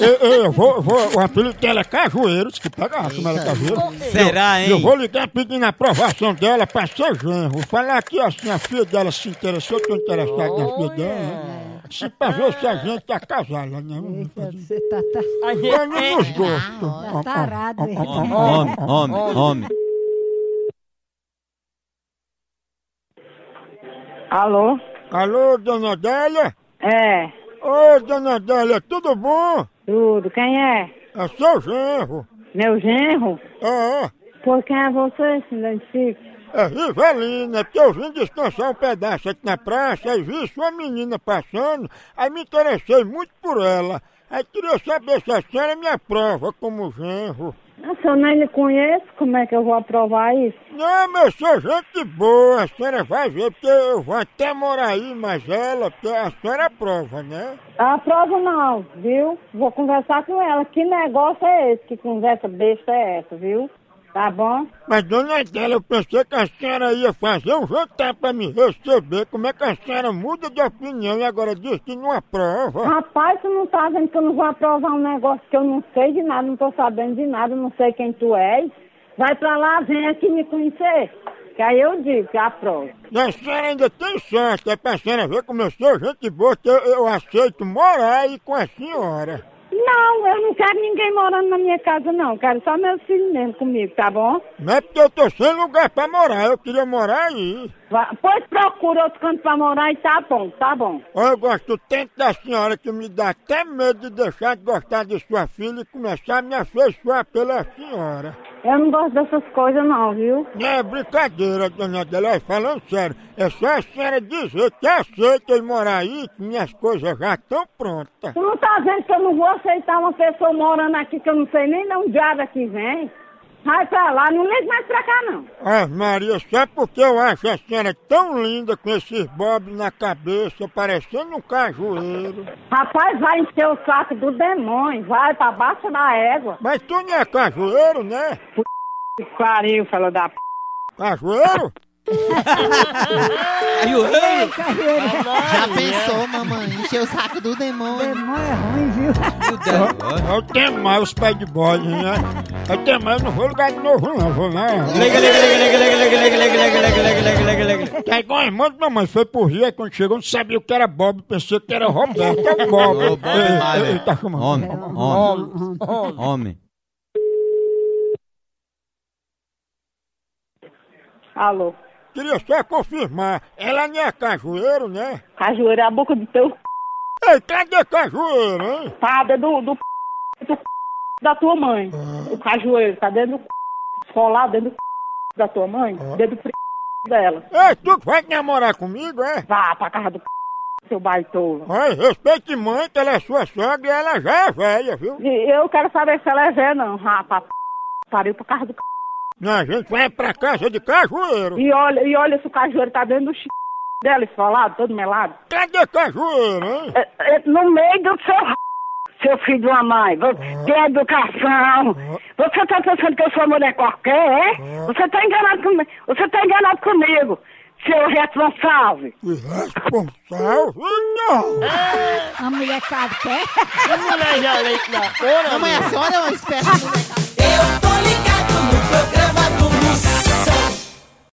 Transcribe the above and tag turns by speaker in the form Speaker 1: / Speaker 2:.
Speaker 1: eu, eu, eu vou, eu vou, o apelido dela é Cajueiros, que pega a chama era Cajueiros.
Speaker 2: Será,
Speaker 1: é Eu
Speaker 2: hein?
Speaker 1: vou ligar pedindo a aprovação dela pra seu genro. Falar aqui assim, a filha dela se interessou, eu tô interessado na filha dela, né? Se pra ver se a gente tá casada, né?
Speaker 3: Você tá, tá
Speaker 4: A
Speaker 1: Eu
Speaker 4: gente
Speaker 1: não nos gosto.
Speaker 3: tarado, hein?
Speaker 2: Homem, homem, homem, homem.
Speaker 5: Alô?
Speaker 1: Alô, dona Adélia?
Speaker 5: É,
Speaker 1: Ô, dona Adélia, tudo bom?
Speaker 5: tudo. Quem é?
Speaker 1: É seu genro.
Speaker 5: Meu genro?
Speaker 1: É, é.
Speaker 5: Por quem é você, se identifica?
Speaker 1: É Rivelina, é porque eu vim descansar um pedaço aqui na praça e vi sua menina passando, aí me interessei muito por ela. Aí queria saber se a senhora me aprova como genro.
Speaker 5: Ah, Se eu nem lhe conheço, como é que eu vou aprovar isso?
Speaker 1: Não, mas eu sou gente boa, a senhora vai ver, porque eu vou até morar aí, mas ela, porque a senhora aprova, né?
Speaker 5: Aprovo não, viu? Vou conversar com ela. Que negócio é esse? Que conversa besta é essa, viu? Tá bom?
Speaker 1: Mas dona Adela, eu pensei que a senhora ia fazer um jantar pra me receber. Como é que a senhora muda de opinião e agora diz que não aprova?
Speaker 5: Rapaz, tu não tá vendo que eu não vou aprovar um negócio que eu não sei de nada, não tô sabendo de nada, não sei quem tu és. Vai pra lá, vem aqui me conhecer. Que aí eu digo que aprovo.
Speaker 1: E a senhora ainda tem sorte, é pra senhora ver como eu sou gente boa, que eu, eu aceito morar aí com a senhora.
Speaker 5: Não, eu não quero ninguém morando na minha casa, não. Quero só meus filhos mesmo comigo, tá bom?
Speaker 1: Não é porque eu tô sem lugar pra morar, eu queria morar aí.
Speaker 5: Vá- Pois procura outro canto pra morar e tá bom, tá bom.
Speaker 1: Eu gosto tanto da senhora que me dá até medo de deixar de gostar de sua filha e começar a me afeiçoar pela senhora.
Speaker 5: Eu não gosto dessas coisas, não, viu?
Speaker 1: Não é brincadeira, dona Adelaide, falando sério. É só a senhora dizer que aceita eu morar aí, que minhas coisas já estão prontas.
Speaker 5: Tu não tá vendo que eu não vou aceitar uma pessoa morando aqui que eu não sei nem de onde diabo é que vem? Vai pra lá, não liga mais pra cá, não.
Speaker 1: Ah, Maria, só porque eu acho a senhora tão linda com esses bobs na cabeça, parecendo um cajueiro.
Speaker 5: Rapaz, vai encher o saco do demônio, vai pra baixo da égua.
Speaker 1: Mas tu não é cajueiro, né?
Speaker 5: Que pariu, falou da p...
Speaker 1: Cajueiro?
Speaker 2: E o rei?
Speaker 6: Já pensou, mamãe? Encheu o saco do demônio.
Speaker 3: Demônio é ruim, viu?
Speaker 2: Meu Deus.
Speaker 1: Eu tenho mais os pés de bode, né? Eu tenho mais, não vou lugar de novo, não, vou não.
Speaker 2: Liga, liga, liga, liga, liga, liga, liga, liga, liga, liga, liga, liga, liga, liga.
Speaker 1: Que é igual a irmã da mamãe, foi pro Rio, aí quando chegou, não sabia o que era Bob, pensou que era Roberto, é o Bob.
Speaker 2: Ô, Bob
Speaker 1: Ei,
Speaker 2: Marley.
Speaker 1: ei, tá chamando.
Speaker 2: Homem, homem, homem.
Speaker 5: Alô,
Speaker 1: Queria só confirmar, ela não é cajueiro, né?
Speaker 5: cajueiro é a boca do teu c...
Speaker 1: Ei, cadê cajueiro, hein?
Speaker 5: espada do, do, c- do c- da tua mãe. O cajueiro tá dentro do c- colado dentro do c- da tua mãe, dentro do c- dela.
Speaker 1: Ei, tu que vai namorar comigo, é?
Speaker 5: Vá pra casa do c- seu baitola.
Speaker 1: Olha, respeite mãe, que ela é sua sogra e ela já é velha, viu?
Speaker 5: E eu quero saber se ela é velha, não, rapaz. Pariu pra casa do c...
Speaker 1: Não, a gente vai pra casa de cajueiro.
Speaker 5: E olha, e olha se o cajueiro tá dentro do c... dela, esfolado, todo melado.
Speaker 1: Cadê cajueiro, hein?
Speaker 5: É- é no meio do seu r- seu filho de uma mãe, Vo- tem educação. Você tá pensando que eu sou mulher qualquer, é? Você tá enganado comigo. Você tá enganado comigo, seu responsável.
Speaker 1: Irresponsável, não!
Speaker 3: A mulher sabe que é.
Speaker 4: não é leite na cora.
Speaker 6: Mamãe, a senhora é uma espécie de moleca.